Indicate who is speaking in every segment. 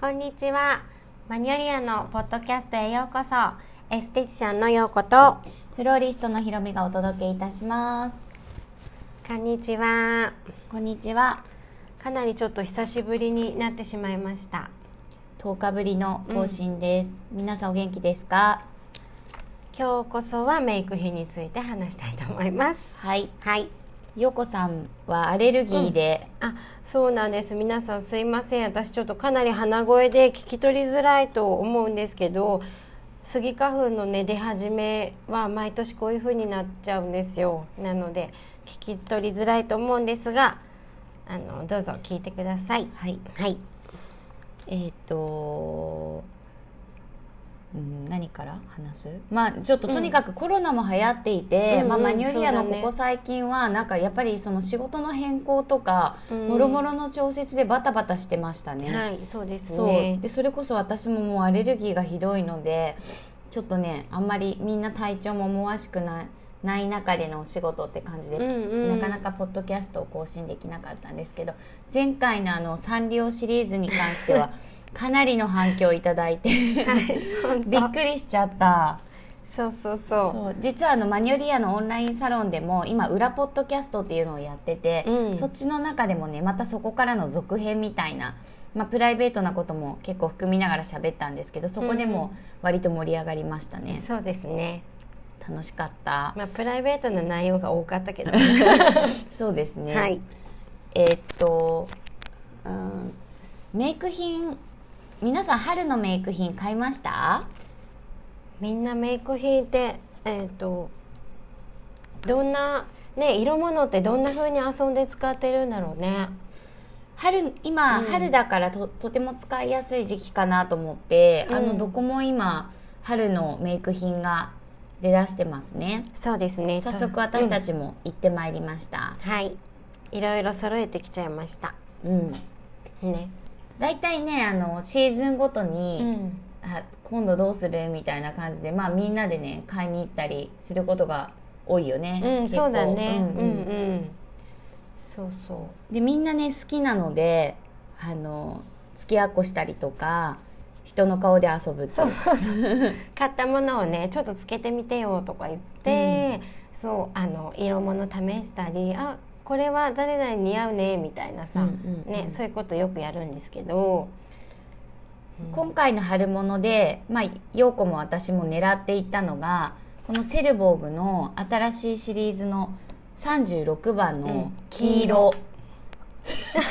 Speaker 1: こんにちは。マニュリアのポッドキャストへようこそ。エステティシャンのようこと。
Speaker 2: フローリストのひろみがお届けいたします。
Speaker 1: こんにちは。
Speaker 2: こんにちは。
Speaker 1: かなりちょっと久しぶりになってしまいました。
Speaker 2: 10日ぶりの更新です。皆さんお元気ですか？
Speaker 1: 今日こそはメイク品について話したいと思います。
Speaker 2: はい。
Speaker 1: はい。
Speaker 2: よこさんはアレルギーで、
Speaker 1: あ、そうなんです。皆さんすいません。私ちょっとかなり鼻声で聞き取りづらいと思うんですけど、スギ花粉のね出始めは毎年こういう風になっちゃうんですよ。なので聞き取りづらいと思うんですが、あのどうぞ聞いてください。
Speaker 2: はい。
Speaker 1: はい。
Speaker 2: えっ、と、うん、何から話す？まあちょっととにかくコロナも流行っていて、
Speaker 1: うん
Speaker 2: まあ
Speaker 1: うん
Speaker 2: マニュリアの
Speaker 1: そうだ
Speaker 2: こ
Speaker 1: ね
Speaker 2: こ最近はなんかやっぱりその仕事の変更とか、
Speaker 1: うん
Speaker 2: もろもろの調節でバタバタしてましたね。
Speaker 1: はい、そうです
Speaker 2: そう
Speaker 1: ね。
Speaker 2: でそれこそ私ももうアレルギーがひどいのでちょっとねあんまりみんな体調も思わしくないない中でのお仕事って感じで、
Speaker 1: うんうん
Speaker 2: なかなかポッドキャストを更新できなかったんですけど前回のあのサンリオシリーズに関し てはかなりの反響をいただいてびっくりしちゃった。
Speaker 1: そうそうそ
Speaker 2: そう実はあのマニュリアのオンラインサロンでも今裏ポッドキャストっていうのをやってて、
Speaker 1: うん
Speaker 2: そっちの中でもねまたそこからの続編みたいな、まあ、プライベートなことも結構含みながら喋ったんですけどそこでも割と盛り上がりました
Speaker 1: う。
Speaker 2: ね、
Speaker 1: そうですね。
Speaker 2: 楽しかった、
Speaker 1: まあプライベートな内容が多かったけど、
Speaker 2: そうですね、
Speaker 1: はい。
Speaker 2: えーっと、うん、メイク品皆さん春のメイク品買いました
Speaker 1: みんなメイク品ってえっ、とどんなね色物ってどんな風に遊んで使ってるんだろうね。
Speaker 2: 春今、春だからととても使いやすい時期かなと思って、
Speaker 1: うん
Speaker 2: あのどこも今春のメイク品が出だしてますね
Speaker 1: そうですね。
Speaker 2: 早速私た
Speaker 1: ち、
Speaker 2: ちも行ってまいりました
Speaker 1: うんはい。いろいろ揃えてきちゃいました。
Speaker 2: うん
Speaker 1: ね。
Speaker 2: 大体、ねあのシーズンごとに、
Speaker 1: ん。
Speaker 2: あ今度どうするみたいな感じで、まあ、みんなでね買いに行ったりすることが多いよね、
Speaker 1: うん、
Speaker 2: 結構
Speaker 1: そうだね。
Speaker 2: うん
Speaker 1: う
Speaker 2: うん
Speaker 1: んうん。そうそ
Speaker 2: でみんなね好きなのであの付き合っこしたりとか人の顔で遊ぶっていう
Speaker 1: う。買ったものをね、ちょっとつけてみてよとか言って、そうあの色物試したり、あこれは誰々に似合うねみたいなさ、
Speaker 2: うんうんうん
Speaker 1: ねそういうことよくやるんですけど。
Speaker 2: 今回の春物で、まあ、陽子も私も狙っていったのがこのセルボーグの新しいシリーズの36番の黄色、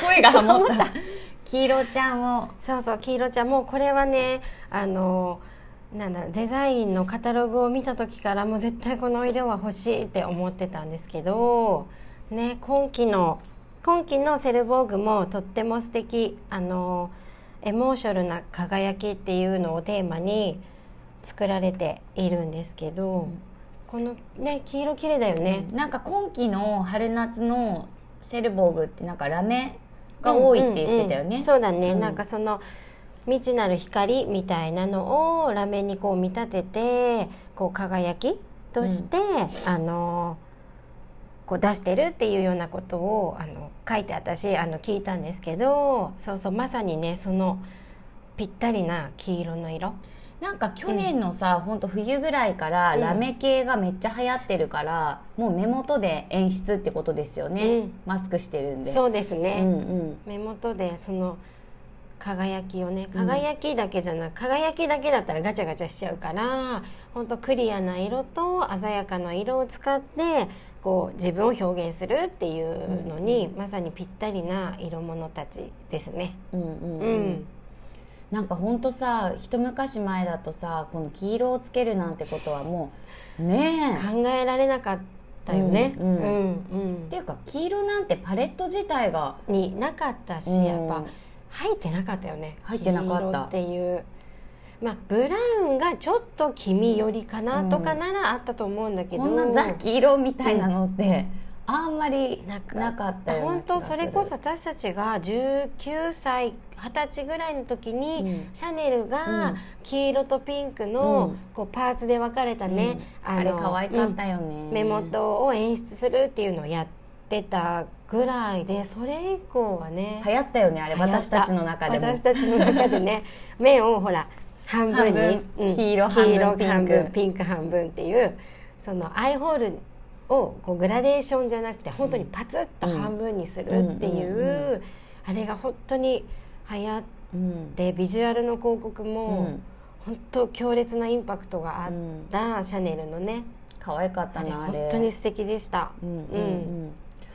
Speaker 2: 声がハモった 黄色ちゃんを
Speaker 1: そうそう黄色ちゃんもうこれはねあのなんだデザインのカタログを見た時からもう絶対この色は欲しいって思ってたんですけど、ね、今期の今期のセルボーグもとっても素敵あのエモーショナルな輝きっていうのをテーマに作られているんですけど、このね黄色綺麗だよね。
Speaker 2: なんか今期の春夏のセルボーグってなんかラメが多いって言ってたよ
Speaker 1: うん
Speaker 2: ね、
Speaker 1: うんうんそうだね、
Speaker 2: うん
Speaker 1: なんかその未知なる光みたいなのをラメにこう見立ててこう輝きとして、あのこう出してるっていうようなことをあの書いて私あの聞いたんですけどそうそうまさにねそのぴったりな黄色の色
Speaker 2: なんか去年のさ、ほんと冬ぐらいから
Speaker 1: うん
Speaker 2: ラメ系がめっちゃ流行ってるから、もう目元で演出ってことですよね、
Speaker 1: うん
Speaker 2: マスクしてるんで
Speaker 1: そうですね、
Speaker 2: うんうん
Speaker 1: 目元でその輝きをね輝きだけじゃなく、輝きだけだったらガチャガチャしちゃうからほんとクリアな色と鮮やかな色を使ってこう自分を表現するっていうのに、まさにぴったりな色物たちですね。
Speaker 2: うんう
Speaker 1: う、
Speaker 2: んうんんなんかほんとさ一昔前だとさこの黄色をつけるなんてことはもうねえ
Speaker 1: 考えられなかったよね。う
Speaker 2: うんん
Speaker 1: う
Speaker 2: うんっていうか黄色なんてパレット自体が
Speaker 1: になかったし、やっぱ、入ってなかったよね
Speaker 2: 入ってなかった
Speaker 1: 黄色っていうまあブラウンがちょっと黄身寄りかなとかならあったと思うんだけど、
Speaker 2: こんなザ黄色みたいなのって、あんまり
Speaker 1: な
Speaker 2: な
Speaker 1: か
Speaker 2: かったような
Speaker 1: 本
Speaker 2: 気が
Speaker 1: 当
Speaker 2: す
Speaker 1: そ
Speaker 2: る
Speaker 1: れこそ私たちが19歳20歳ぐらいの時に、
Speaker 2: うん
Speaker 1: シャネル
Speaker 2: う
Speaker 1: が
Speaker 2: ん
Speaker 1: 黄色とピンクの
Speaker 2: うん
Speaker 1: こうパーツで分かれたね、
Speaker 2: うんあれ
Speaker 1: の
Speaker 2: 可愛かったよね、
Speaker 1: うん目元を演出するっていうのをやってたぐらいでそれ以降はね
Speaker 2: 流行ったよねあれ
Speaker 1: 流行った
Speaker 2: 私たちの中でも
Speaker 1: 私たちの中で ね面をほら半分に
Speaker 2: 半分
Speaker 1: うん
Speaker 2: 黄色
Speaker 1: 黄色
Speaker 2: 半分
Speaker 1: 半
Speaker 2: ピン
Speaker 1: 分
Speaker 2: ク
Speaker 1: ピンク半分っていうそのアイホールをこうグラデーションじゃなくて本当にパツッと半分にするっていう、
Speaker 2: うんうんう
Speaker 1: あれが本当に流行っ
Speaker 2: うん
Speaker 1: てビジュアルの広告
Speaker 2: う
Speaker 1: も
Speaker 2: ん
Speaker 1: 本当強烈なインパクトがあっ
Speaker 2: うん
Speaker 1: たシャネルのね
Speaker 2: 可愛かっ
Speaker 1: あ
Speaker 2: た
Speaker 1: れ
Speaker 2: なあれ
Speaker 1: 本当に素敵でした。
Speaker 2: うんう
Speaker 1: うんん
Speaker 2: うん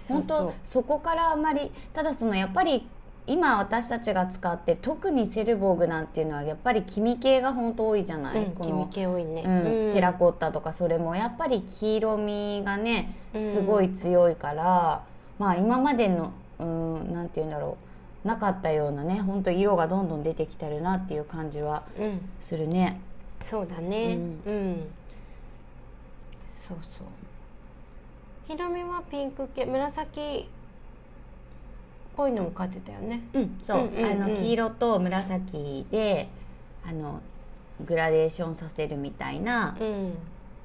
Speaker 2: 本当
Speaker 1: そ
Speaker 2: そう
Speaker 1: そう
Speaker 2: こからあんまりただそのやっぱり今私たちが使って特にセルボーグなんていうのはやっぱり黄身系が本当多いじゃない、
Speaker 1: うん、
Speaker 2: こ
Speaker 1: 君
Speaker 2: の、
Speaker 1: 系多いね、
Speaker 2: うん
Speaker 1: うん
Speaker 2: テラコッタとかそれもやっぱり黄色みがね
Speaker 1: うん
Speaker 2: すごい強いから、まあ今までのうんなんて言うんだろうなかったようなね本当色がどんどん出てきてるなっていう感じは
Speaker 1: うん
Speaker 2: するね。
Speaker 1: そうだね
Speaker 2: う
Speaker 1: うん、そうそうひろみはピンク系紫っぽいのも買ってたよね
Speaker 2: うん、そう、
Speaker 1: うんうんうん
Speaker 2: あの黄色と紫であのグラデーションさせるみたいな、
Speaker 1: うん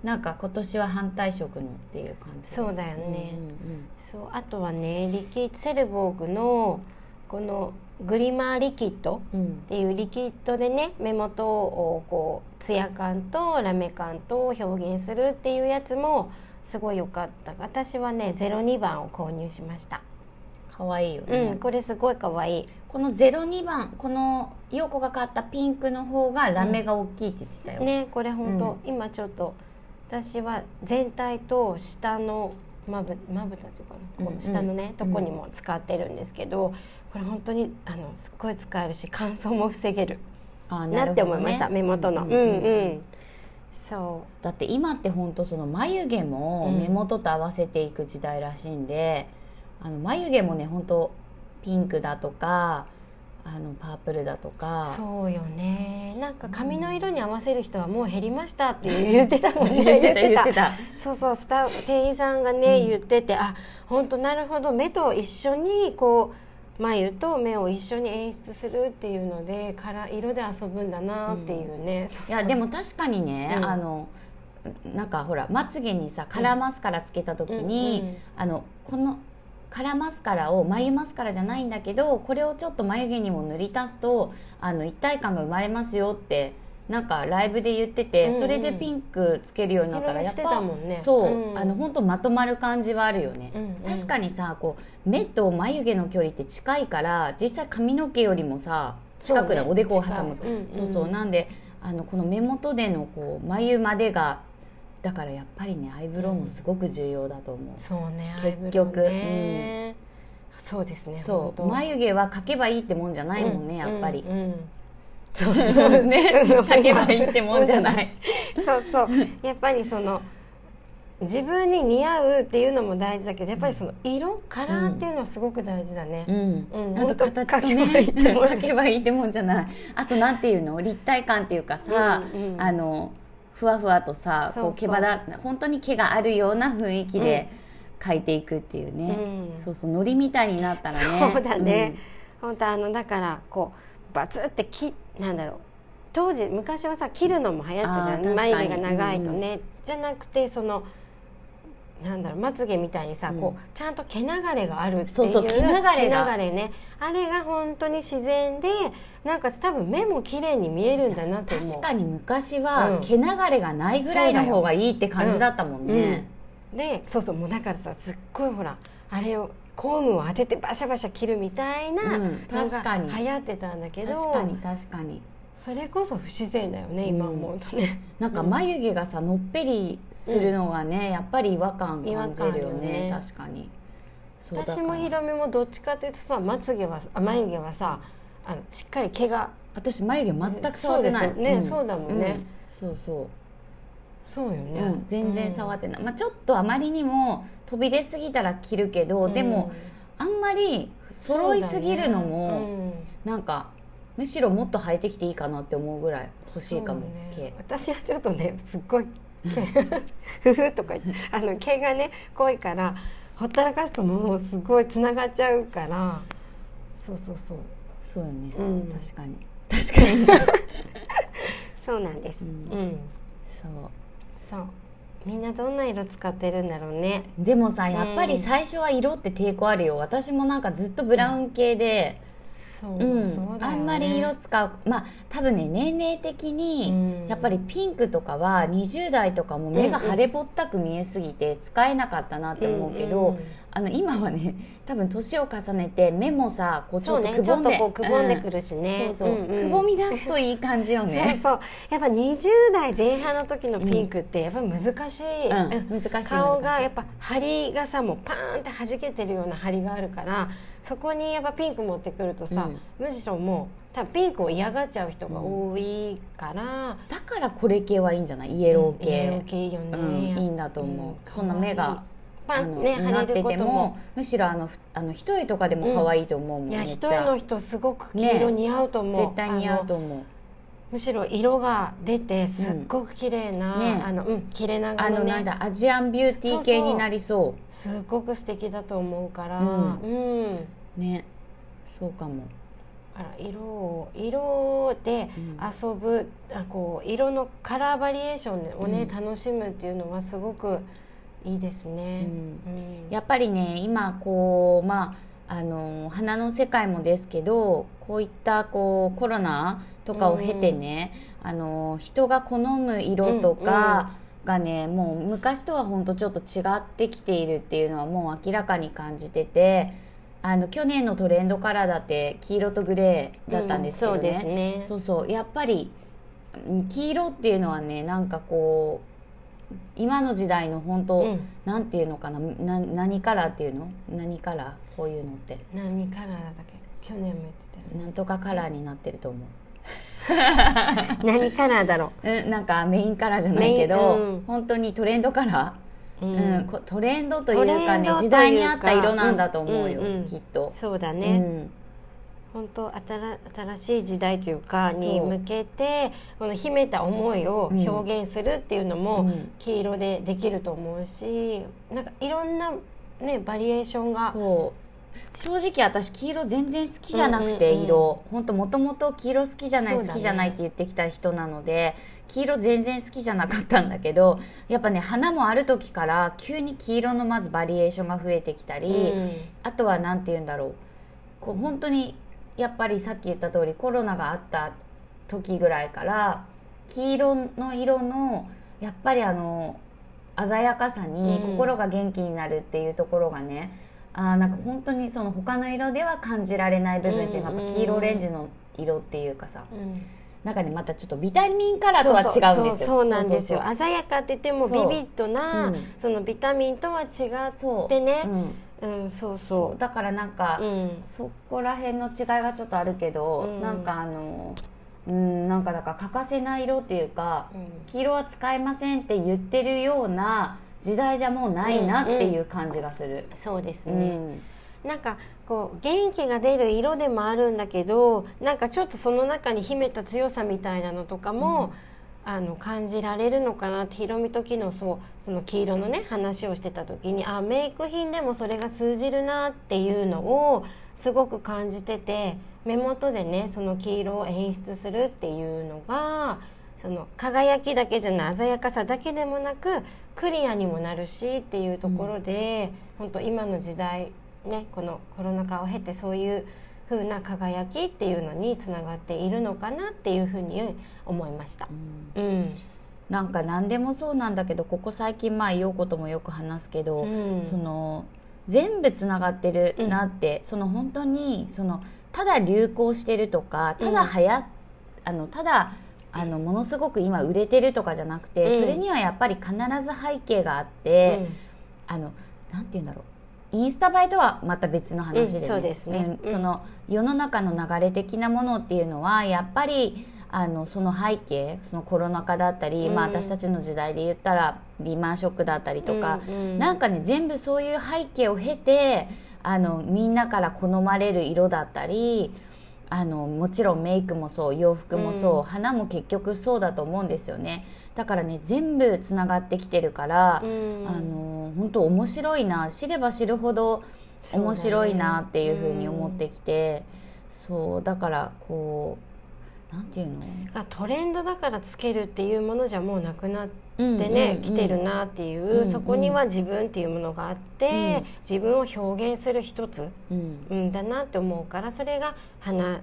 Speaker 2: なんか今年は反対色のっていう感じで
Speaker 1: そうだよね
Speaker 2: うんうん
Speaker 1: そうあとはねリキセルボーグのこのグリマーリキッド
Speaker 2: うんうん
Speaker 1: っていうリキッドでね目元をこうツヤ感とラメ感と表現するっていうやつもすごい良かった私はね02番を購入しました、
Speaker 2: 可愛いよね、
Speaker 1: うん、これすごい可愛い
Speaker 2: この02番この陽子が買ったピンクの方がラメが大きいって言ってたよ、
Speaker 1: ねこれ本当、今ちょっと私は全体と下のまぶまぶたというかなこ
Speaker 2: うん
Speaker 1: う下のね、とこにも使ってるんですけど、これ本当にあのすっごい使えるし乾燥も防げる
Speaker 2: あー
Speaker 1: な
Speaker 2: る
Speaker 1: っ
Speaker 2: ほ
Speaker 1: て
Speaker 2: どね
Speaker 1: 思いました、目元の、う
Speaker 2: う
Speaker 1: んんう
Speaker 2: う
Speaker 1: んん
Speaker 2: うん
Speaker 1: そ
Speaker 2: だって今って本当その眉毛も
Speaker 1: うん
Speaker 2: 目元と合わせていく時代らしいんで、あの眉毛もね本当ピンクだとかあのパープルだと
Speaker 1: う
Speaker 2: か
Speaker 1: そうよねなんか髪の色に合わせる人はもう減りましたっていう言ってたもん ね
Speaker 2: た
Speaker 1: そうそうスタッフ店員さんがね、言っててあ本当なるほど目と一緒にこう眉と目を一緒に演出するっていうのでから色で遊ぶんだなっていうね、
Speaker 2: いやでも確かにね、
Speaker 1: うん
Speaker 2: あのなんかほらまつげにさカラーマスカラつけた時に、
Speaker 1: うんうん
Speaker 2: あのこのカラーマスカラを眉マスカラじゃないんだけどこれをちょっと眉毛にも塗り足すとあの一体感が生まれますよってなんかライブで言ってて、
Speaker 1: うんうん
Speaker 2: それでピンクつけるようになったら
Speaker 1: いろいろ
Speaker 2: やっ
Speaker 1: してたも
Speaker 2: ぱ、
Speaker 1: んね
Speaker 2: そう、
Speaker 1: うん
Speaker 2: あの本当まとまる感じはあるよね、
Speaker 1: うんうん
Speaker 2: 確かにさこう目と眉毛の距離って近いから実際髪の毛よりもさ近くない、
Speaker 1: そうね
Speaker 2: おでこを挟む
Speaker 1: 近いうんうん
Speaker 2: そうそうなんであのこの目元でのこう眉までがだからやっぱりねアイブロウもすごく重要だと思う、
Speaker 1: そうね
Speaker 2: 結局
Speaker 1: アイブロウねそうですね
Speaker 2: そ
Speaker 1: 本
Speaker 2: う
Speaker 1: 当
Speaker 2: 眉毛は描けばいいってもんじゃないもんね、やっぱり、
Speaker 1: うんうん
Speaker 2: そうそうね 描けばいいってもんじゃない
Speaker 1: そうそうやっぱりその自分に似合うっていうのも大事だけどやっぱりその色カラーっていうのはすごく大事だね、
Speaker 2: うん、
Speaker 1: うん
Speaker 2: あと
Speaker 1: 本当
Speaker 2: 形とね
Speaker 1: 描けばいいってもんじゃない
Speaker 2: 描けばいいって もんじゃないあとなんていうの立体感っていうかさ、
Speaker 1: うんうん
Speaker 2: あのふわふわとさ
Speaker 1: そうそう
Speaker 2: こう毛羽だ本当に毛があるような雰囲気で描いていくっていう
Speaker 1: う
Speaker 2: ね、
Speaker 1: ん
Speaker 2: そうそうのりみたいになったらね
Speaker 1: そうだね、、本当あのだからこうバツってきなんだろう当時昔はさ切るのも流行ったじゃ
Speaker 2: あー
Speaker 1: ん眉毛が
Speaker 2: 確かに
Speaker 1: 長いとね、じゃなくてそのなんだろうまつげみたいにさ、
Speaker 2: うん
Speaker 1: こうちゃんと毛流れがあるっていう
Speaker 2: そうそう毛流れが
Speaker 1: 毛流れねあれが本当に自然でなんか多分目も綺麗に見えるんだなって思う
Speaker 2: 確かに昔
Speaker 1: う
Speaker 2: は
Speaker 1: ん
Speaker 2: 毛流れがないぐらいの方がいいって感じだったもんね、
Speaker 1: でそうそうもうだからさすっごいほらあれをコームを当ててバシャバシャ切るみたいな、
Speaker 2: うん
Speaker 1: のが
Speaker 2: 確かに
Speaker 1: 流行ってたんだけど
Speaker 2: 確かに確かに
Speaker 1: それこそ不自然だよね、今思うとね
Speaker 2: なんか眉毛がさのっぺりするのがね、やっぱり違和感感じる
Speaker 1: 違
Speaker 2: よね
Speaker 1: 和感あるよね
Speaker 2: 確かにそうだから
Speaker 1: 私もひろみもどっちかというとさまつげはあ眉毛はさあのしっかり毛が
Speaker 2: 私眉毛全く触ってない
Speaker 1: そうですよねそうだもんね
Speaker 2: そうそう
Speaker 1: そうよね、
Speaker 2: うん全然触ってない、まあ、ちょっとあまりにも飛び出すぎたら切るけど、
Speaker 1: うん
Speaker 2: でもあんまり揃いすぎるのも、なんかむしろもっと生えてきていいかなって思うぐらい欲し
Speaker 1: そうだね
Speaker 2: いかも、
Speaker 1: そうね
Speaker 2: 毛
Speaker 1: 私はちょっとねすっごい毛 ふふとか言ってあの毛がね濃いからほったらかすともうすごいつながっちゃうからそうそうそう
Speaker 2: そうよね、
Speaker 1: うん
Speaker 2: 確かに 確かに
Speaker 1: そうなんです
Speaker 2: うん
Speaker 1: うん
Speaker 2: そう
Speaker 1: そうみんなどんな色使ってるんだろうね
Speaker 2: でもさやっぱり最初は色って抵抗あるよ私もなんかずっとブラウン系で、
Speaker 1: そう、
Speaker 2: うん
Speaker 1: そうだよね
Speaker 2: あんまり色使うまあ多分ね年齢的
Speaker 1: うん
Speaker 2: にやっぱりピンクとかは20代とかも目が腫れぼったく見えすぎて使えなかったなって思うけど、
Speaker 1: うんうん
Speaker 2: あの今はね 多分年を重ねて目もさこうち
Speaker 1: そ
Speaker 2: ょ
Speaker 1: う
Speaker 2: っと
Speaker 1: ね
Speaker 2: く
Speaker 1: ちょ
Speaker 2: ぼ
Speaker 1: っ
Speaker 2: ん
Speaker 1: と
Speaker 2: で
Speaker 1: こうくぼんでくるしね、
Speaker 2: そうそう、
Speaker 1: んん
Speaker 2: くぼみ出すといい感じよ
Speaker 1: そう
Speaker 2: ね。
Speaker 1: そうやっぱ20代前半の時のピンクってやっぱり難しい、
Speaker 2: うん難しい難しい
Speaker 1: 顔がやっぱ張りがさもうパーンって弾けてるような張りがあるからそこにやっぱピンク持ってくるとさ、むしろもう多分ピンクを嫌がっちゃう人が多いから、
Speaker 2: だからこれ系はいいんじゃないイエロー
Speaker 1: イエロ
Speaker 2: 系
Speaker 1: ー、系いいよね、
Speaker 2: うんいいんだと思う、
Speaker 1: うん
Speaker 2: そんな目が
Speaker 1: パ
Speaker 2: あ
Speaker 1: ンっ
Speaker 2: の
Speaker 1: てね跳
Speaker 2: な
Speaker 1: ね
Speaker 2: っ
Speaker 1: る
Speaker 2: て
Speaker 1: こ
Speaker 2: て
Speaker 1: とも
Speaker 2: もむしろあのふあの一重とかでも可愛いと思うもん、
Speaker 1: いや
Speaker 2: めっ
Speaker 1: 一
Speaker 2: ち
Speaker 1: 重の
Speaker 2: ゃ
Speaker 1: 人すごく黄色
Speaker 2: ね
Speaker 1: 似合うと思う、
Speaker 2: 絶対似合うと思う
Speaker 1: むしろ色が出てすっごく綺麗な、
Speaker 2: うんね
Speaker 1: あのうん切れ長
Speaker 2: あ
Speaker 1: の
Speaker 2: の
Speaker 1: ね
Speaker 2: なんだアジアンビューティー系になりそう
Speaker 1: すっごく素敵だと思うから、う
Speaker 2: うんん、ねそうかも
Speaker 1: だから色を色で
Speaker 2: うん
Speaker 1: 遊ぶ、あこう色のカラーバリエーションをね、
Speaker 2: うん
Speaker 1: 楽しむっていうのはすごくいいですね。うん
Speaker 2: やっぱりね今こうまああの花の世界もですけどこういったこうコロナとかを経てね、あの人が好む色とかがね、もう昔とは本当ちょっと違ってきているっていうのはもう明らかに感じててあの去年のトレンドカラーだって黄色とグレーだったんですけど
Speaker 1: うんそうですね
Speaker 2: そうそうやっぱりうん黄色っていうのはねなんかこう今の時代の本当、
Speaker 1: うん
Speaker 2: なんていうのかなな何カラーっていうの何カラーこういうのって
Speaker 1: 何カラーだったっけ去年も言ってたよね
Speaker 2: なんとかカラーになってると思う。
Speaker 1: 何カラーだろ
Speaker 2: うん、なんかメインカラーじゃないけど、
Speaker 1: メインうん
Speaker 2: 本当にトレンドカラ
Speaker 1: う、う
Speaker 2: ー、
Speaker 1: ん
Speaker 2: うんこトレンドというか
Speaker 1: トレンド
Speaker 2: ね
Speaker 1: というか
Speaker 2: 時代に合った色なんだと思うよ、
Speaker 1: うんうんうん
Speaker 2: きっと。
Speaker 1: そうだ
Speaker 2: う
Speaker 1: ね、
Speaker 2: ん
Speaker 1: 本当新新しい時代というかに
Speaker 2: そう
Speaker 1: 向けてこの秘めた思いを表現するっていうの
Speaker 2: う
Speaker 1: も
Speaker 2: ん
Speaker 1: 黄色でできると思うしなんかいろんな、ね、バリエーションが
Speaker 2: そう正直私黄色全然好きじゃなく
Speaker 1: う
Speaker 2: て、
Speaker 1: んうんうん
Speaker 2: 色本当もともと黄色好きじゃない、
Speaker 1: そうだね
Speaker 2: 好きじゃないって言ってきた人なので黄色全然好きじゃなかったんだけどやっぱね花もある時から急に黄色のまずバリエーションが増えてきたり、
Speaker 1: うん
Speaker 2: あとは何て言うんだろうこう本当にやっぱりさっき言った通りコロナがあった時ぐらいから黄色の色のやっぱりあの鮮やかさに
Speaker 1: うん
Speaker 2: 心が元気になるっていうところがね、あーなんか本当にその他の色では感じられない部分っていうの
Speaker 1: うん
Speaker 2: がやっぱ黄色オレンジの色っていうかさ
Speaker 1: うん
Speaker 2: 中にまたちょっとビタミンカラーとは違うんですよ
Speaker 1: そうそうそうなんですよ
Speaker 2: そう
Speaker 1: 鮮やかって言ってもビビ
Speaker 2: そう
Speaker 1: ッドな
Speaker 2: うん
Speaker 1: そのビタミンとは違
Speaker 2: そう
Speaker 1: ってね
Speaker 2: うん
Speaker 1: うん、そう
Speaker 2: そう
Speaker 1: そ
Speaker 2: だからなんか、
Speaker 1: う、うん、
Speaker 2: そこら辺の違いがちょっとあるけど、
Speaker 1: うん
Speaker 2: なんかあのうんなんかだから欠かせない色っていうか、
Speaker 1: うん
Speaker 2: 黄色は使えませんって言ってるような時代じゃもうないなっていう感じがする。
Speaker 1: そうです
Speaker 2: う
Speaker 1: ね、
Speaker 2: ん
Speaker 1: なんかこう元気が出る色でもあるんだけどなんかちょっとその中に秘めた強さみたいなのとかも、あの感じられるのかなってひろみと昨日そうその黄色のね話をしてた時にあメイク品でもそれが通じるなっていうのをすごく感じてて目元でねその黄色を演出するっていうのがその輝きだけじゃない鮮やかさだけでもなくクリアにもなるしっていうところで、本当今の時代ねこのコロナ禍を経てそういう風な輝きっていうのにつながっているのかなっていうふうに思いました。うん、
Speaker 2: なんか何でもそうなんだけどここ最近まあ陽子ともよく話すけど、
Speaker 1: うん
Speaker 2: その全部つながってるなって、その本当にそのただ流行してるとかただ流行、あのただあのものすごく今売れてるとかじゃなくて、
Speaker 1: うん
Speaker 2: それにはやっぱり必ず背景があって、あのなんて言うんだろうインスタ映えとはまた別の話で、ね
Speaker 1: うんそうですねう
Speaker 2: う
Speaker 1: んん
Speaker 2: その世の中の流れ的なものっていうのはやっぱりあのその背景そのコロナ禍だったり、
Speaker 1: うん
Speaker 2: まあ、私たちの時代で言ったらリーマンショックだったりとか、
Speaker 1: うんうん
Speaker 2: なんかね全部そういう背景を経てあのみんなから好まれる色だったりあのもちろんメイクもそう洋服もそう、
Speaker 1: うん
Speaker 2: 花も結局そうだと思うんですよねだからね全部つながってきてるから、
Speaker 1: うん
Speaker 2: あの本当面白いな知れば知るほど
Speaker 1: そうだね
Speaker 2: 面白いなっていうふうに思ってきてそうだからこうなんていうの
Speaker 1: がトレンドだからつけるっていうものじゃもうなくなって
Speaker 2: で
Speaker 1: ね、来てるなっていう、
Speaker 2: うん
Speaker 1: そこには自分っていうものがあって、自分を表現する一つ、
Speaker 2: うん
Speaker 1: うん、だなって思うからそれが花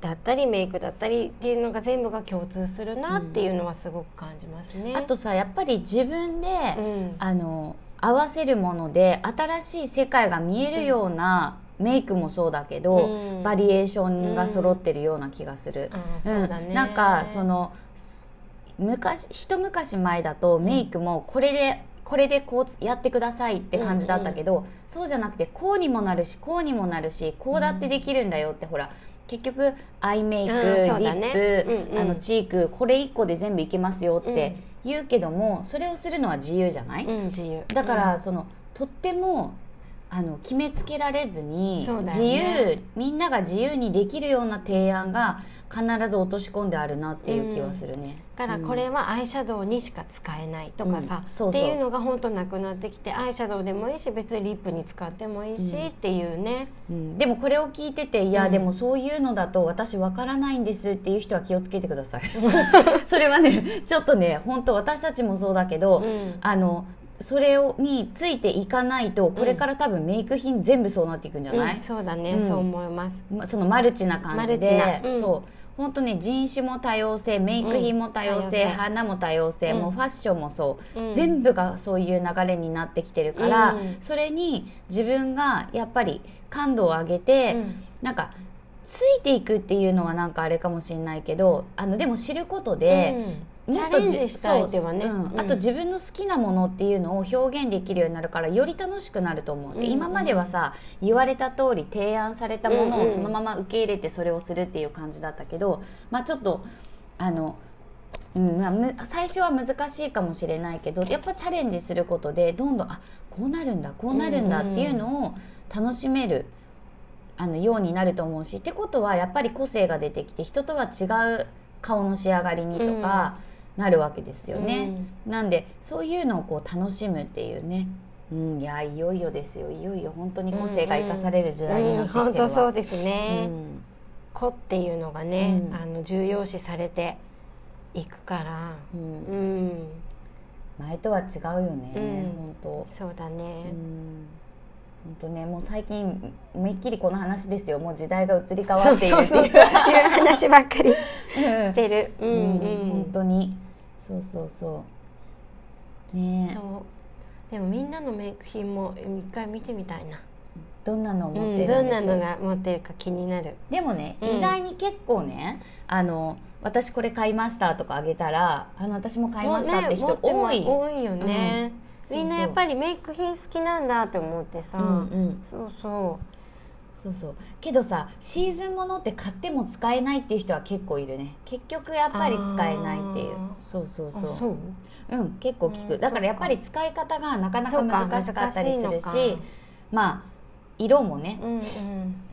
Speaker 1: だったりメイクだったりっていうのが全部が共通するなっていうのはすごく感じますね。
Speaker 2: あとさやっぱり自分で、
Speaker 1: うん、
Speaker 2: あの合わせるもので新しい世界が見えるようなメイクもそうだけど、
Speaker 1: うん
Speaker 2: バリエーションが揃ってるような気がする。
Speaker 1: あーそうだね、
Speaker 2: ん、なんかそのす昔一昔前だとメイクもこれで、これでこうやってくださいって感じだったけど、そうじゃなくてこうにもなるしこうにもなるしこうだってできるんだよって、ほら結局アイメイク、
Speaker 1: あ
Speaker 2: リ
Speaker 1: ーそうだね
Speaker 2: ップ、
Speaker 1: うんうん
Speaker 2: あのチークこれ1個で全部いけますよって言うけども、それをするのは自由じゃない、
Speaker 1: うん、自由
Speaker 2: だか
Speaker 1: う
Speaker 2: ら
Speaker 1: ん
Speaker 2: そのとってもあの決めつけられずに、
Speaker 1: そうだよ
Speaker 2: 自
Speaker 1: ね
Speaker 2: 由みんなが自由にできるような提案が必ず落とし込んであるなっていう気はするね。
Speaker 1: だからこれはアイシャドウにしか使えないとかさ、
Speaker 2: うんそうそう
Speaker 1: っていうのが本当なくなってきてアイシャドウでもいいし別にリップに使ってもいいしっていうね、
Speaker 2: うんでもこれを聞いてていや、
Speaker 1: うん
Speaker 2: でもそういうのだと私わからないんですっていう人は気をつけてくだ さいそれはねちょっとね本当私たちもそうだけど、
Speaker 1: うん
Speaker 2: あのそれをについていかないとこれから多分メイク品全部そうなっていくんじゃない、
Speaker 1: うんそうだね、
Speaker 2: うん
Speaker 1: そう思います。
Speaker 2: まそのマルチな感じ
Speaker 1: マ
Speaker 2: で
Speaker 1: ル、チなうん
Speaker 2: そう本当ね人種も多様性メイク品も多
Speaker 1: うん
Speaker 2: 様性、
Speaker 1: 多様性
Speaker 2: 花も多様性、
Speaker 1: うん
Speaker 2: もうファッションもそう、
Speaker 1: うん
Speaker 2: 全部がそういう流れになってきてるから、
Speaker 1: うん
Speaker 2: それに自分がやっぱり感度を上げて、
Speaker 1: うん
Speaker 2: なんかついていくっていうのはなんかあれかもしれないけどあのでも知ることで、
Speaker 1: うんチ
Speaker 2: も
Speaker 1: ャ
Speaker 2: っと
Speaker 1: レン
Speaker 2: じ
Speaker 1: ジしたい手はね、
Speaker 2: そううんあと自分の好きなものっていうのを表現できるようになるからより楽しくなると思う、で
Speaker 1: うんうん
Speaker 2: 今まではさ言われた通り提案されたもの
Speaker 1: うん
Speaker 2: を
Speaker 1: うん
Speaker 2: そのまま受け入れてそれをするっていう感じだったけど、まあ、ちょっとあの、うんまあむ最初は難しいかもしれないけどやっぱチャレンジすることでどんどんあこうなるんだこうなるんだっていうのを楽しめる。あのようになると思うしってことはやっぱり個性が出てきて人とは違う顔の仕上がりにとかなるわけですよね、なんでそういうのをこう楽しむっていうねうんいやいよいよですよいよいよ本当に個性が生かされる時代になってきてるわ、
Speaker 1: 本当そう
Speaker 2: で
Speaker 1: ですね、子っていうのがね、
Speaker 2: うん
Speaker 1: あの重要視されていくから
Speaker 2: うん
Speaker 1: う
Speaker 2: うん
Speaker 1: ん
Speaker 2: 前とは違うよね、
Speaker 1: うん
Speaker 2: 本当
Speaker 1: そうだ
Speaker 2: う
Speaker 1: ね、
Speaker 2: ん本当ねもう最近めっきりこの話ですよもう時代が移り変わっているって
Speaker 1: そうそうい
Speaker 2: いう
Speaker 1: う話ばっかりしてる、う
Speaker 2: うんん
Speaker 1: うん
Speaker 2: 本当にそうそうそうねえ
Speaker 1: そうでもみんなのメイク品も一回見てみたいな、
Speaker 2: どんなのを
Speaker 1: う
Speaker 2: 持って
Speaker 1: ん、
Speaker 2: る
Speaker 1: ど
Speaker 2: ん
Speaker 1: ん
Speaker 2: で
Speaker 1: な
Speaker 2: しょう、
Speaker 1: のが持ってるか気になる
Speaker 2: でもね、
Speaker 1: うん
Speaker 2: 意外に結構ねあの私これ買いましたとかあげたらあの私も買いましたっ
Speaker 1: も
Speaker 2: て
Speaker 1: う
Speaker 2: 人
Speaker 1: ね持
Speaker 2: 多
Speaker 1: って
Speaker 2: い、
Speaker 1: も多いよね、
Speaker 2: うん
Speaker 1: みんなやっぱりメイク品好きなんだって思ってさ、
Speaker 2: うんうん、
Speaker 1: そうそ
Speaker 2: そうそうけどさシーズンものって買っても使えないっていう人は結構いるね結局やっぱり使えないっていう
Speaker 1: あー
Speaker 2: そうそう
Speaker 1: う
Speaker 2: そう
Speaker 1: あそう
Speaker 2: うん結構聞
Speaker 1: う
Speaker 2: く
Speaker 1: ん
Speaker 2: だからやっぱり使い方がなかなか
Speaker 1: そうか
Speaker 2: 難しかったりする
Speaker 1: 難しい
Speaker 2: し
Speaker 1: のか
Speaker 2: まあ色もね
Speaker 1: うんうん、で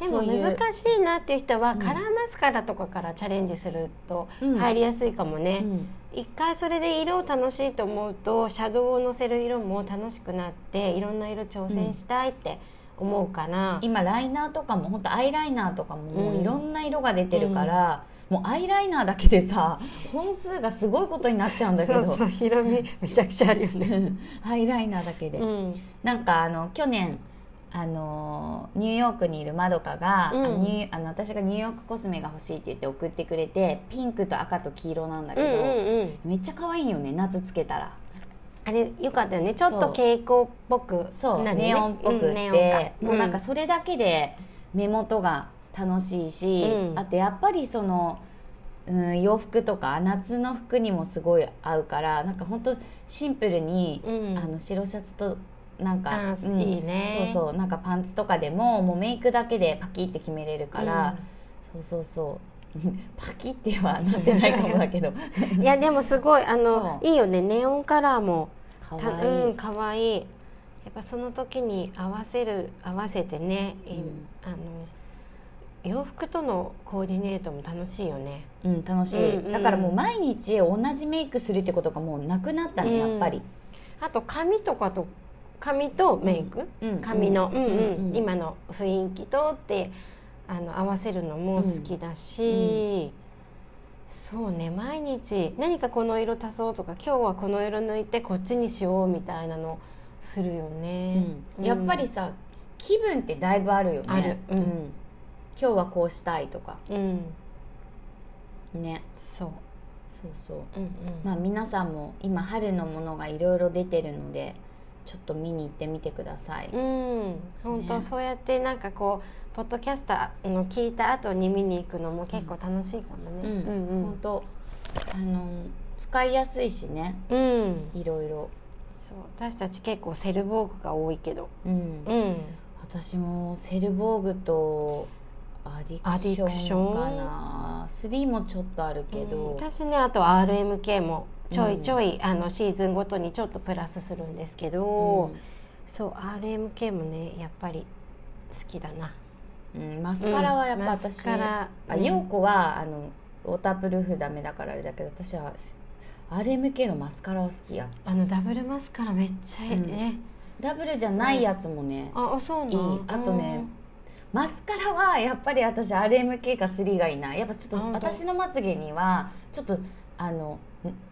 Speaker 2: そ
Speaker 1: も
Speaker 2: ういう
Speaker 1: 難しいなっていう人は
Speaker 2: ん
Speaker 1: カラーマスカラとかからチャレンジすると
Speaker 2: うん
Speaker 1: 入りやすいかもね、
Speaker 2: うん
Speaker 1: 一回それで色を楽しいと思うとシャドウをのせる色も楽しくなっていろんな色挑戦したいって思うから、
Speaker 2: 今ライナーとかも本当アイライナーとかもも
Speaker 1: うん
Speaker 2: ういろんな色が出てるから、もうアイライナーだけでさ本数がすごいことになっちゃうんだけ
Speaker 1: そ
Speaker 2: ど
Speaker 1: うそう色味めちゃくちゃあるよね。
Speaker 2: アイライナーだけで、
Speaker 1: うん
Speaker 2: なんかあの去年あのニューヨークにいるまどかが、
Speaker 1: うん
Speaker 2: あニューあの私がニューヨークコスメが欲しいって言って送ってくれてピンクと赤と黄色なんだ
Speaker 1: う
Speaker 2: け
Speaker 1: ん
Speaker 2: ど、
Speaker 1: うんうん、
Speaker 2: めっちゃ可愛いよね夏つけたら
Speaker 1: あれよかったよねちょっと蛍光っぽく
Speaker 2: そう、
Speaker 1: なるね
Speaker 2: ネオンっぽくって、
Speaker 1: うんネオンか
Speaker 2: もうなんかそれだけで目元が楽しいし、
Speaker 1: うん
Speaker 2: あとやっぱりその、うん、洋服とか夏の服にもすごい合うからなんか本当シンプルに、
Speaker 1: うん
Speaker 2: あの白シャツとなん
Speaker 1: あ
Speaker 2: か、
Speaker 1: ー
Speaker 2: うん
Speaker 1: いいね
Speaker 2: そうそうなんかパンツとかでももうメイクだけでパキって決めれるから、そうそうそう パキってはなってないかもだけど
Speaker 1: うんいやでもすごいあの
Speaker 2: そう
Speaker 1: いいよねネオンカラーも
Speaker 2: 可
Speaker 1: た
Speaker 2: 愛い
Speaker 1: うん可愛いやっぱその時に合わせる合わせてね、い
Speaker 2: うん
Speaker 1: あの洋服とのコーディネートも楽しいよね
Speaker 2: うん、楽しい、
Speaker 1: うんうん
Speaker 2: だからもう毎日同じメイクするってことがもうなくなったね、
Speaker 1: うん
Speaker 2: やっぱり、
Speaker 1: あと髪とかと髪とメイク、
Speaker 2: うん
Speaker 1: 髪の、うんうん
Speaker 2: うん
Speaker 1: 今の雰囲気とってあの合わせるのも好きだし、そうね毎日何かこの色足そうとか今日はこの色抜いてこっちにしようみたいなのするよね、うん
Speaker 2: やっぱりさ気分ってだいぶあるよね
Speaker 1: あるうん
Speaker 2: 今日はこうしたいとか
Speaker 1: うん
Speaker 2: ね
Speaker 1: そう
Speaker 2: そうそう
Speaker 1: うんうん
Speaker 2: まあ皆さんも今春のものがいろいろ出てるのでちょっと見に行ってみてください、
Speaker 1: うん本当、
Speaker 2: ね
Speaker 1: そうやってなんかこうポッドキャスターの聞いた後に見に行くのも結構楽しいかもね。
Speaker 2: うん
Speaker 1: うん
Speaker 2: 本当あの使いやすいしね
Speaker 1: うん、
Speaker 2: いろいろ
Speaker 1: そう私たち結構セルボーグが多いけど、
Speaker 2: うん
Speaker 1: うん、
Speaker 2: 私もセルボーグとアディクシ
Speaker 1: アディクショ
Speaker 2: ョ
Speaker 1: ン
Speaker 2: ンかな3もちょっとあるけど、
Speaker 1: 私ねあと RMK もちょいちょい、あのシーズンごとにちょっとプラスするんですけど、そう RMK もねやっぱり好きだな。
Speaker 2: うんうんマスカラはやっぱ
Speaker 1: マス
Speaker 2: 私、
Speaker 1: カラ
Speaker 2: あ陽子はあのウォータープルーフダメだからあれだけど私は RMK のマスカラは好きや
Speaker 1: あのダブルマスカラめっちゃいいね。
Speaker 2: ダブルじゃないやつもね
Speaker 1: ああそうなん。
Speaker 2: いいあとね
Speaker 1: うん
Speaker 2: マスカラはやっぱり私 RMK か3がいいなやっぱちょっと
Speaker 1: 本当
Speaker 2: 私のまつげにはちょっとあの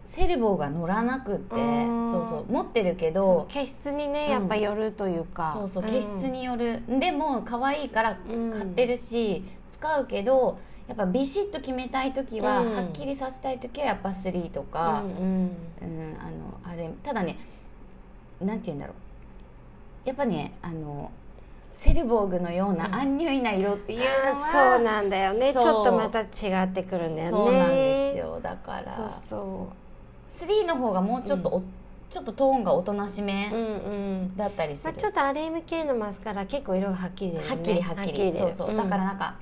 Speaker 2: セルボーが乗らなくって
Speaker 1: うーん
Speaker 2: そうそう持ってるけ
Speaker 1: そう
Speaker 2: ど
Speaker 1: 毛質にね
Speaker 2: うん
Speaker 1: やっぱよるというか、
Speaker 2: そうそうん毛質による、でも可愛いから
Speaker 1: うん
Speaker 2: 買ってるし、使うけどやっぱビシッと決めたい時は、
Speaker 1: うん
Speaker 2: はっきりさせたい時はやっぱ3とか
Speaker 1: うん、うん
Speaker 2: うん、あのあれただねなんて言うんだろうやっぱねあのセルボーグのよう
Speaker 1: うん
Speaker 2: な安入な色っていうの
Speaker 1: あ
Speaker 2: は、
Speaker 1: ーそうなんだよねち
Speaker 2: そう
Speaker 1: ょっとまた違ってくるんだよね
Speaker 2: そうなんですよだか
Speaker 1: そう
Speaker 2: ら
Speaker 1: そ
Speaker 2: 3の方がもうちょっとお、ちょっとトーンがおとなしめ
Speaker 1: ううんうん、
Speaker 2: だったりす
Speaker 1: まあ、
Speaker 2: る、
Speaker 1: ちょっと RMK のマスカラ結構色がはっきり出るね
Speaker 2: はっきりはっきり
Speaker 1: 出る
Speaker 2: そうそう、
Speaker 1: ん
Speaker 2: だからなんか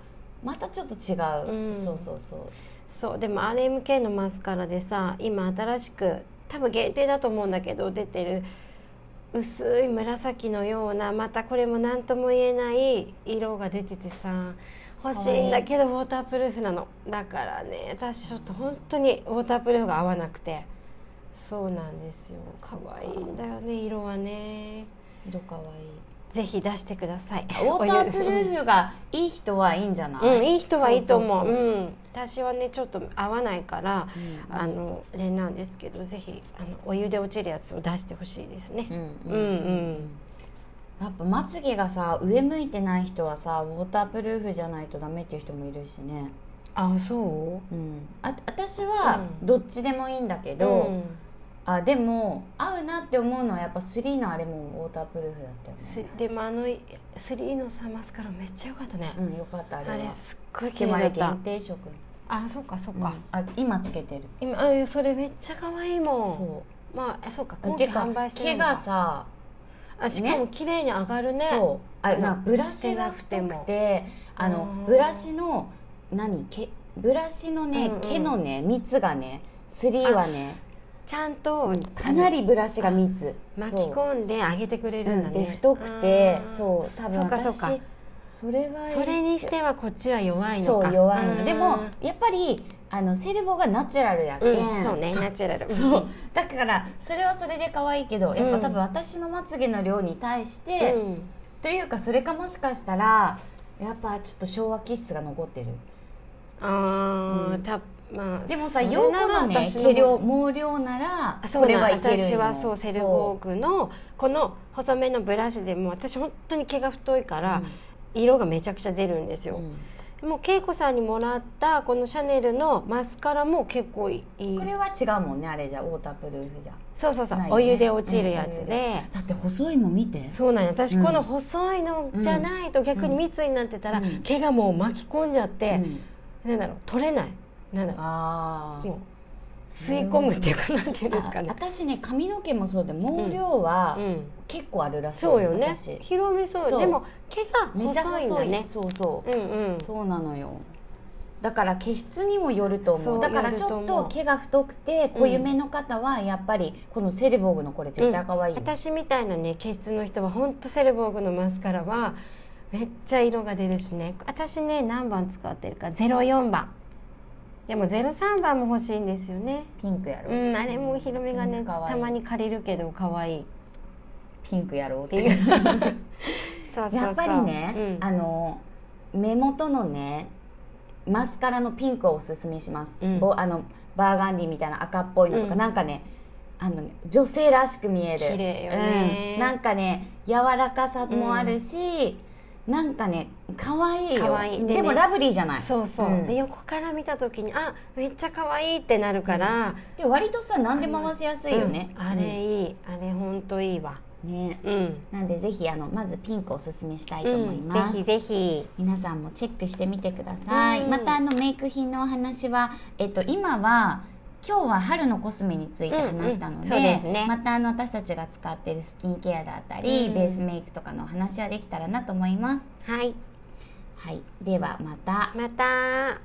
Speaker 2: またちょっと違う、
Speaker 1: うん
Speaker 2: そうそうそう
Speaker 1: そうでも RMK のマスカラでさ今新しく多分限定だと思うんだけど出てる薄い紫のようなまたこれも何とも言えない色が出ててさ欲しいんだけどウォータープルーフなのだからね私ちょっと本当にウォータープルーフが合わなくてそうなんですよ可愛いんだよね色はね
Speaker 2: 色かわいい
Speaker 1: ぜひ出してください
Speaker 2: ウォータープル
Speaker 1: お湯
Speaker 2: ーフがいい人はいいんじゃない、
Speaker 1: うん、いい人はいいと思う
Speaker 2: そそそ
Speaker 1: うん、私はねちょっと合わないから、
Speaker 2: うん
Speaker 1: あのあれなんですけどぜひあのお湯で落ちるやつを出してほしいですね、
Speaker 2: うん
Speaker 1: う
Speaker 2: うん
Speaker 1: う
Speaker 2: ん
Speaker 1: ん
Speaker 2: やっぱまつげがさ上向いてない人はさウォータープルーフじゃないとダメっていう人もいるしね、
Speaker 1: あそう
Speaker 2: うん、あ私は
Speaker 1: うん
Speaker 2: どっちでもいいんだけど、
Speaker 1: ど
Speaker 2: あでも合うなって思うのはやっぱ3のあれもウォータープルーフだったよ
Speaker 1: う
Speaker 2: ね
Speaker 1: すでもあの3のさマスカラめっちゃ良かったね、
Speaker 2: うんよかったあれは
Speaker 1: あれすっごい
Speaker 2: 決
Speaker 1: 綺
Speaker 2: ま
Speaker 1: 麗だ
Speaker 2: り
Speaker 1: った
Speaker 2: 限定色、
Speaker 1: あそっかそっ
Speaker 2: うん
Speaker 1: か、
Speaker 2: あ今つけてる
Speaker 1: 今あそれめっちゃ可愛いもん
Speaker 2: そ
Speaker 1: まああそっか
Speaker 2: う
Speaker 1: 今
Speaker 2: て
Speaker 1: 期
Speaker 2: か
Speaker 1: 販売してる
Speaker 2: 毛
Speaker 1: の
Speaker 2: が
Speaker 1: か
Speaker 2: さ
Speaker 1: あしかも綺麗に上がるね
Speaker 2: そうあ
Speaker 1: うん
Speaker 2: なブラシが太
Speaker 1: してな
Speaker 2: く
Speaker 1: く
Speaker 2: てあ
Speaker 1: う
Speaker 2: の
Speaker 1: ん
Speaker 2: ブラシの何毛ブラシのね、
Speaker 1: うんうん
Speaker 2: 毛のね蜜がね3はね
Speaker 1: ちゃんと
Speaker 2: かなりブラシが密
Speaker 1: 巻き
Speaker 2: そう
Speaker 1: 込んで上げてくれるんだ
Speaker 2: うん
Speaker 1: ね、
Speaker 2: で太くて
Speaker 1: あー
Speaker 2: そう多分
Speaker 1: そっかそっ
Speaker 2: 私
Speaker 1: か
Speaker 2: それが
Speaker 1: それにしてはこっちは弱いの
Speaker 2: そ
Speaker 1: か
Speaker 2: う弱いうの
Speaker 1: ん
Speaker 2: でもやっぱりあのセレボがナチュラルやけん、
Speaker 1: うん、そうねナチュラル
Speaker 2: そうだからそれはそれで可愛いけどやっ
Speaker 1: う
Speaker 2: ぱ
Speaker 1: ん
Speaker 2: 多分私のまつげの量に対して、
Speaker 1: うん
Speaker 2: というかそれかもしかしたらやっぱちょっと昭和気質が残ってる
Speaker 1: あー
Speaker 2: うん
Speaker 1: たまあ
Speaker 2: でも
Speaker 1: そ
Speaker 2: さ
Speaker 1: れな
Speaker 2: 陽
Speaker 1: ら
Speaker 2: 子のね
Speaker 1: 私の
Speaker 2: 毛量毛量なら
Speaker 1: あそう
Speaker 2: これ
Speaker 1: ね
Speaker 2: はいけるよ
Speaker 1: 私はそうセルボーグのこの細めのブラシでも私本当に毛が太いから、色がめちゃくちゃ出るんです
Speaker 2: そう
Speaker 1: よ
Speaker 2: う、ん
Speaker 1: もう恵子さんにもらったこのシャネルのマスカラも結構いい
Speaker 2: これは違うもんねあれじゃウォータープルーフじゃ
Speaker 1: そうそうそう、
Speaker 2: ないね
Speaker 1: お湯で落ちるやつで、
Speaker 2: だって細いもん見て
Speaker 1: そうなんや私
Speaker 2: うん
Speaker 1: この細いのじゃないと逆に密になってたら、
Speaker 2: うん
Speaker 1: 毛がもう巻き込んじゃっ
Speaker 2: う
Speaker 1: て、
Speaker 2: ん
Speaker 1: なんだろう取れないなんだろ
Speaker 2: あ
Speaker 1: う
Speaker 2: ー
Speaker 1: もう吸い込むっていうかなんていうんですか
Speaker 2: あ
Speaker 1: ね、
Speaker 2: 私ね髪の毛もそうで毛量は
Speaker 1: うん、
Speaker 2: 結構あるらしい
Speaker 1: そうよね
Speaker 2: 私
Speaker 1: 広めそう
Speaker 2: そう
Speaker 1: でも毛が
Speaker 2: めっちゃ細
Speaker 1: 細
Speaker 2: い
Speaker 1: いんだね
Speaker 2: そうそう
Speaker 1: うんうん
Speaker 2: そうなのよだから毛質にもよると
Speaker 1: そ
Speaker 2: 思
Speaker 1: う
Speaker 2: うだから
Speaker 1: よる
Speaker 2: ち
Speaker 1: と
Speaker 2: ょ
Speaker 1: 思う
Speaker 2: っと毛が太くて濃ゆめの方はやっぱりこのセレボーグのこれ絶対可愛い、
Speaker 1: 私みたいなね毛質の人は本当セレボーグのマスカラはめっちゃ色が出るしね私ね何番使ってるか04番でも03番も欲しいんですよね
Speaker 2: ピンクやろ、
Speaker 1: うんあれもヒロミがね
Speaker 2: 可愛い
Speaker 1: たまに借りるけど可愛い
Speaker 2: ピンクやろうっていう
Speaker 1: そうそうそう
Speaker 2: やっぱりね、
Speaker 1: うん
Speaker 2: あの目元のねマスカラのピンクをおすすめします、
Speaker 1: うん
Speaker 2: ぼあのバーガンディみたいな赤っぽいのとか、
Speaker 1: うん
Speaker 2: なんかねあのね女性らしく見える
Speaker 1: 綺麗よね
Speaker 2: うんなんかね柔らかさもあるし、なんかね可愛いよ
Speaker 1: 可愛いで
Speaker 2: で
Speaker 1: ね
Speaker 2: もラブリーじゃない
Speaker 1: そうそう、
Speaker 2: ん
Speaker 1: で横から見た時にあめっちゃ可愛いってなるから、
Speaker 2: で割とさ何でも回しやすいよね、
Speaker 1: うんあれいい、あれ本当いいわ
Speaker 2: うんね
Speaker 1: うん、
Speaker 2: なんでぜひあのまずピンクをおすすめしたいと
Speaker 1: う
Speaker 2: 思い
Speaker 1: ん、ぜ
Speaker 2: ます、
Speaker 1: ひぜひ
Speaker 2: 皆さんもチェックしてみてください、
Speaker 1: うん
Speaker 2: またあのメイク品のお話は、えっと、今は今日は春のコスメについて話したので,、
Speaker 1: うんうんそうですね
Speaker 2: またあの私たちが使ってるスキンケアだったり、
Speaker 1: うん
Speaker 2: ベースメイクとかのお話はできたらなと思います、
Speaker 1: はい
Speaker 2: はい、ではまた
Speaker 1: また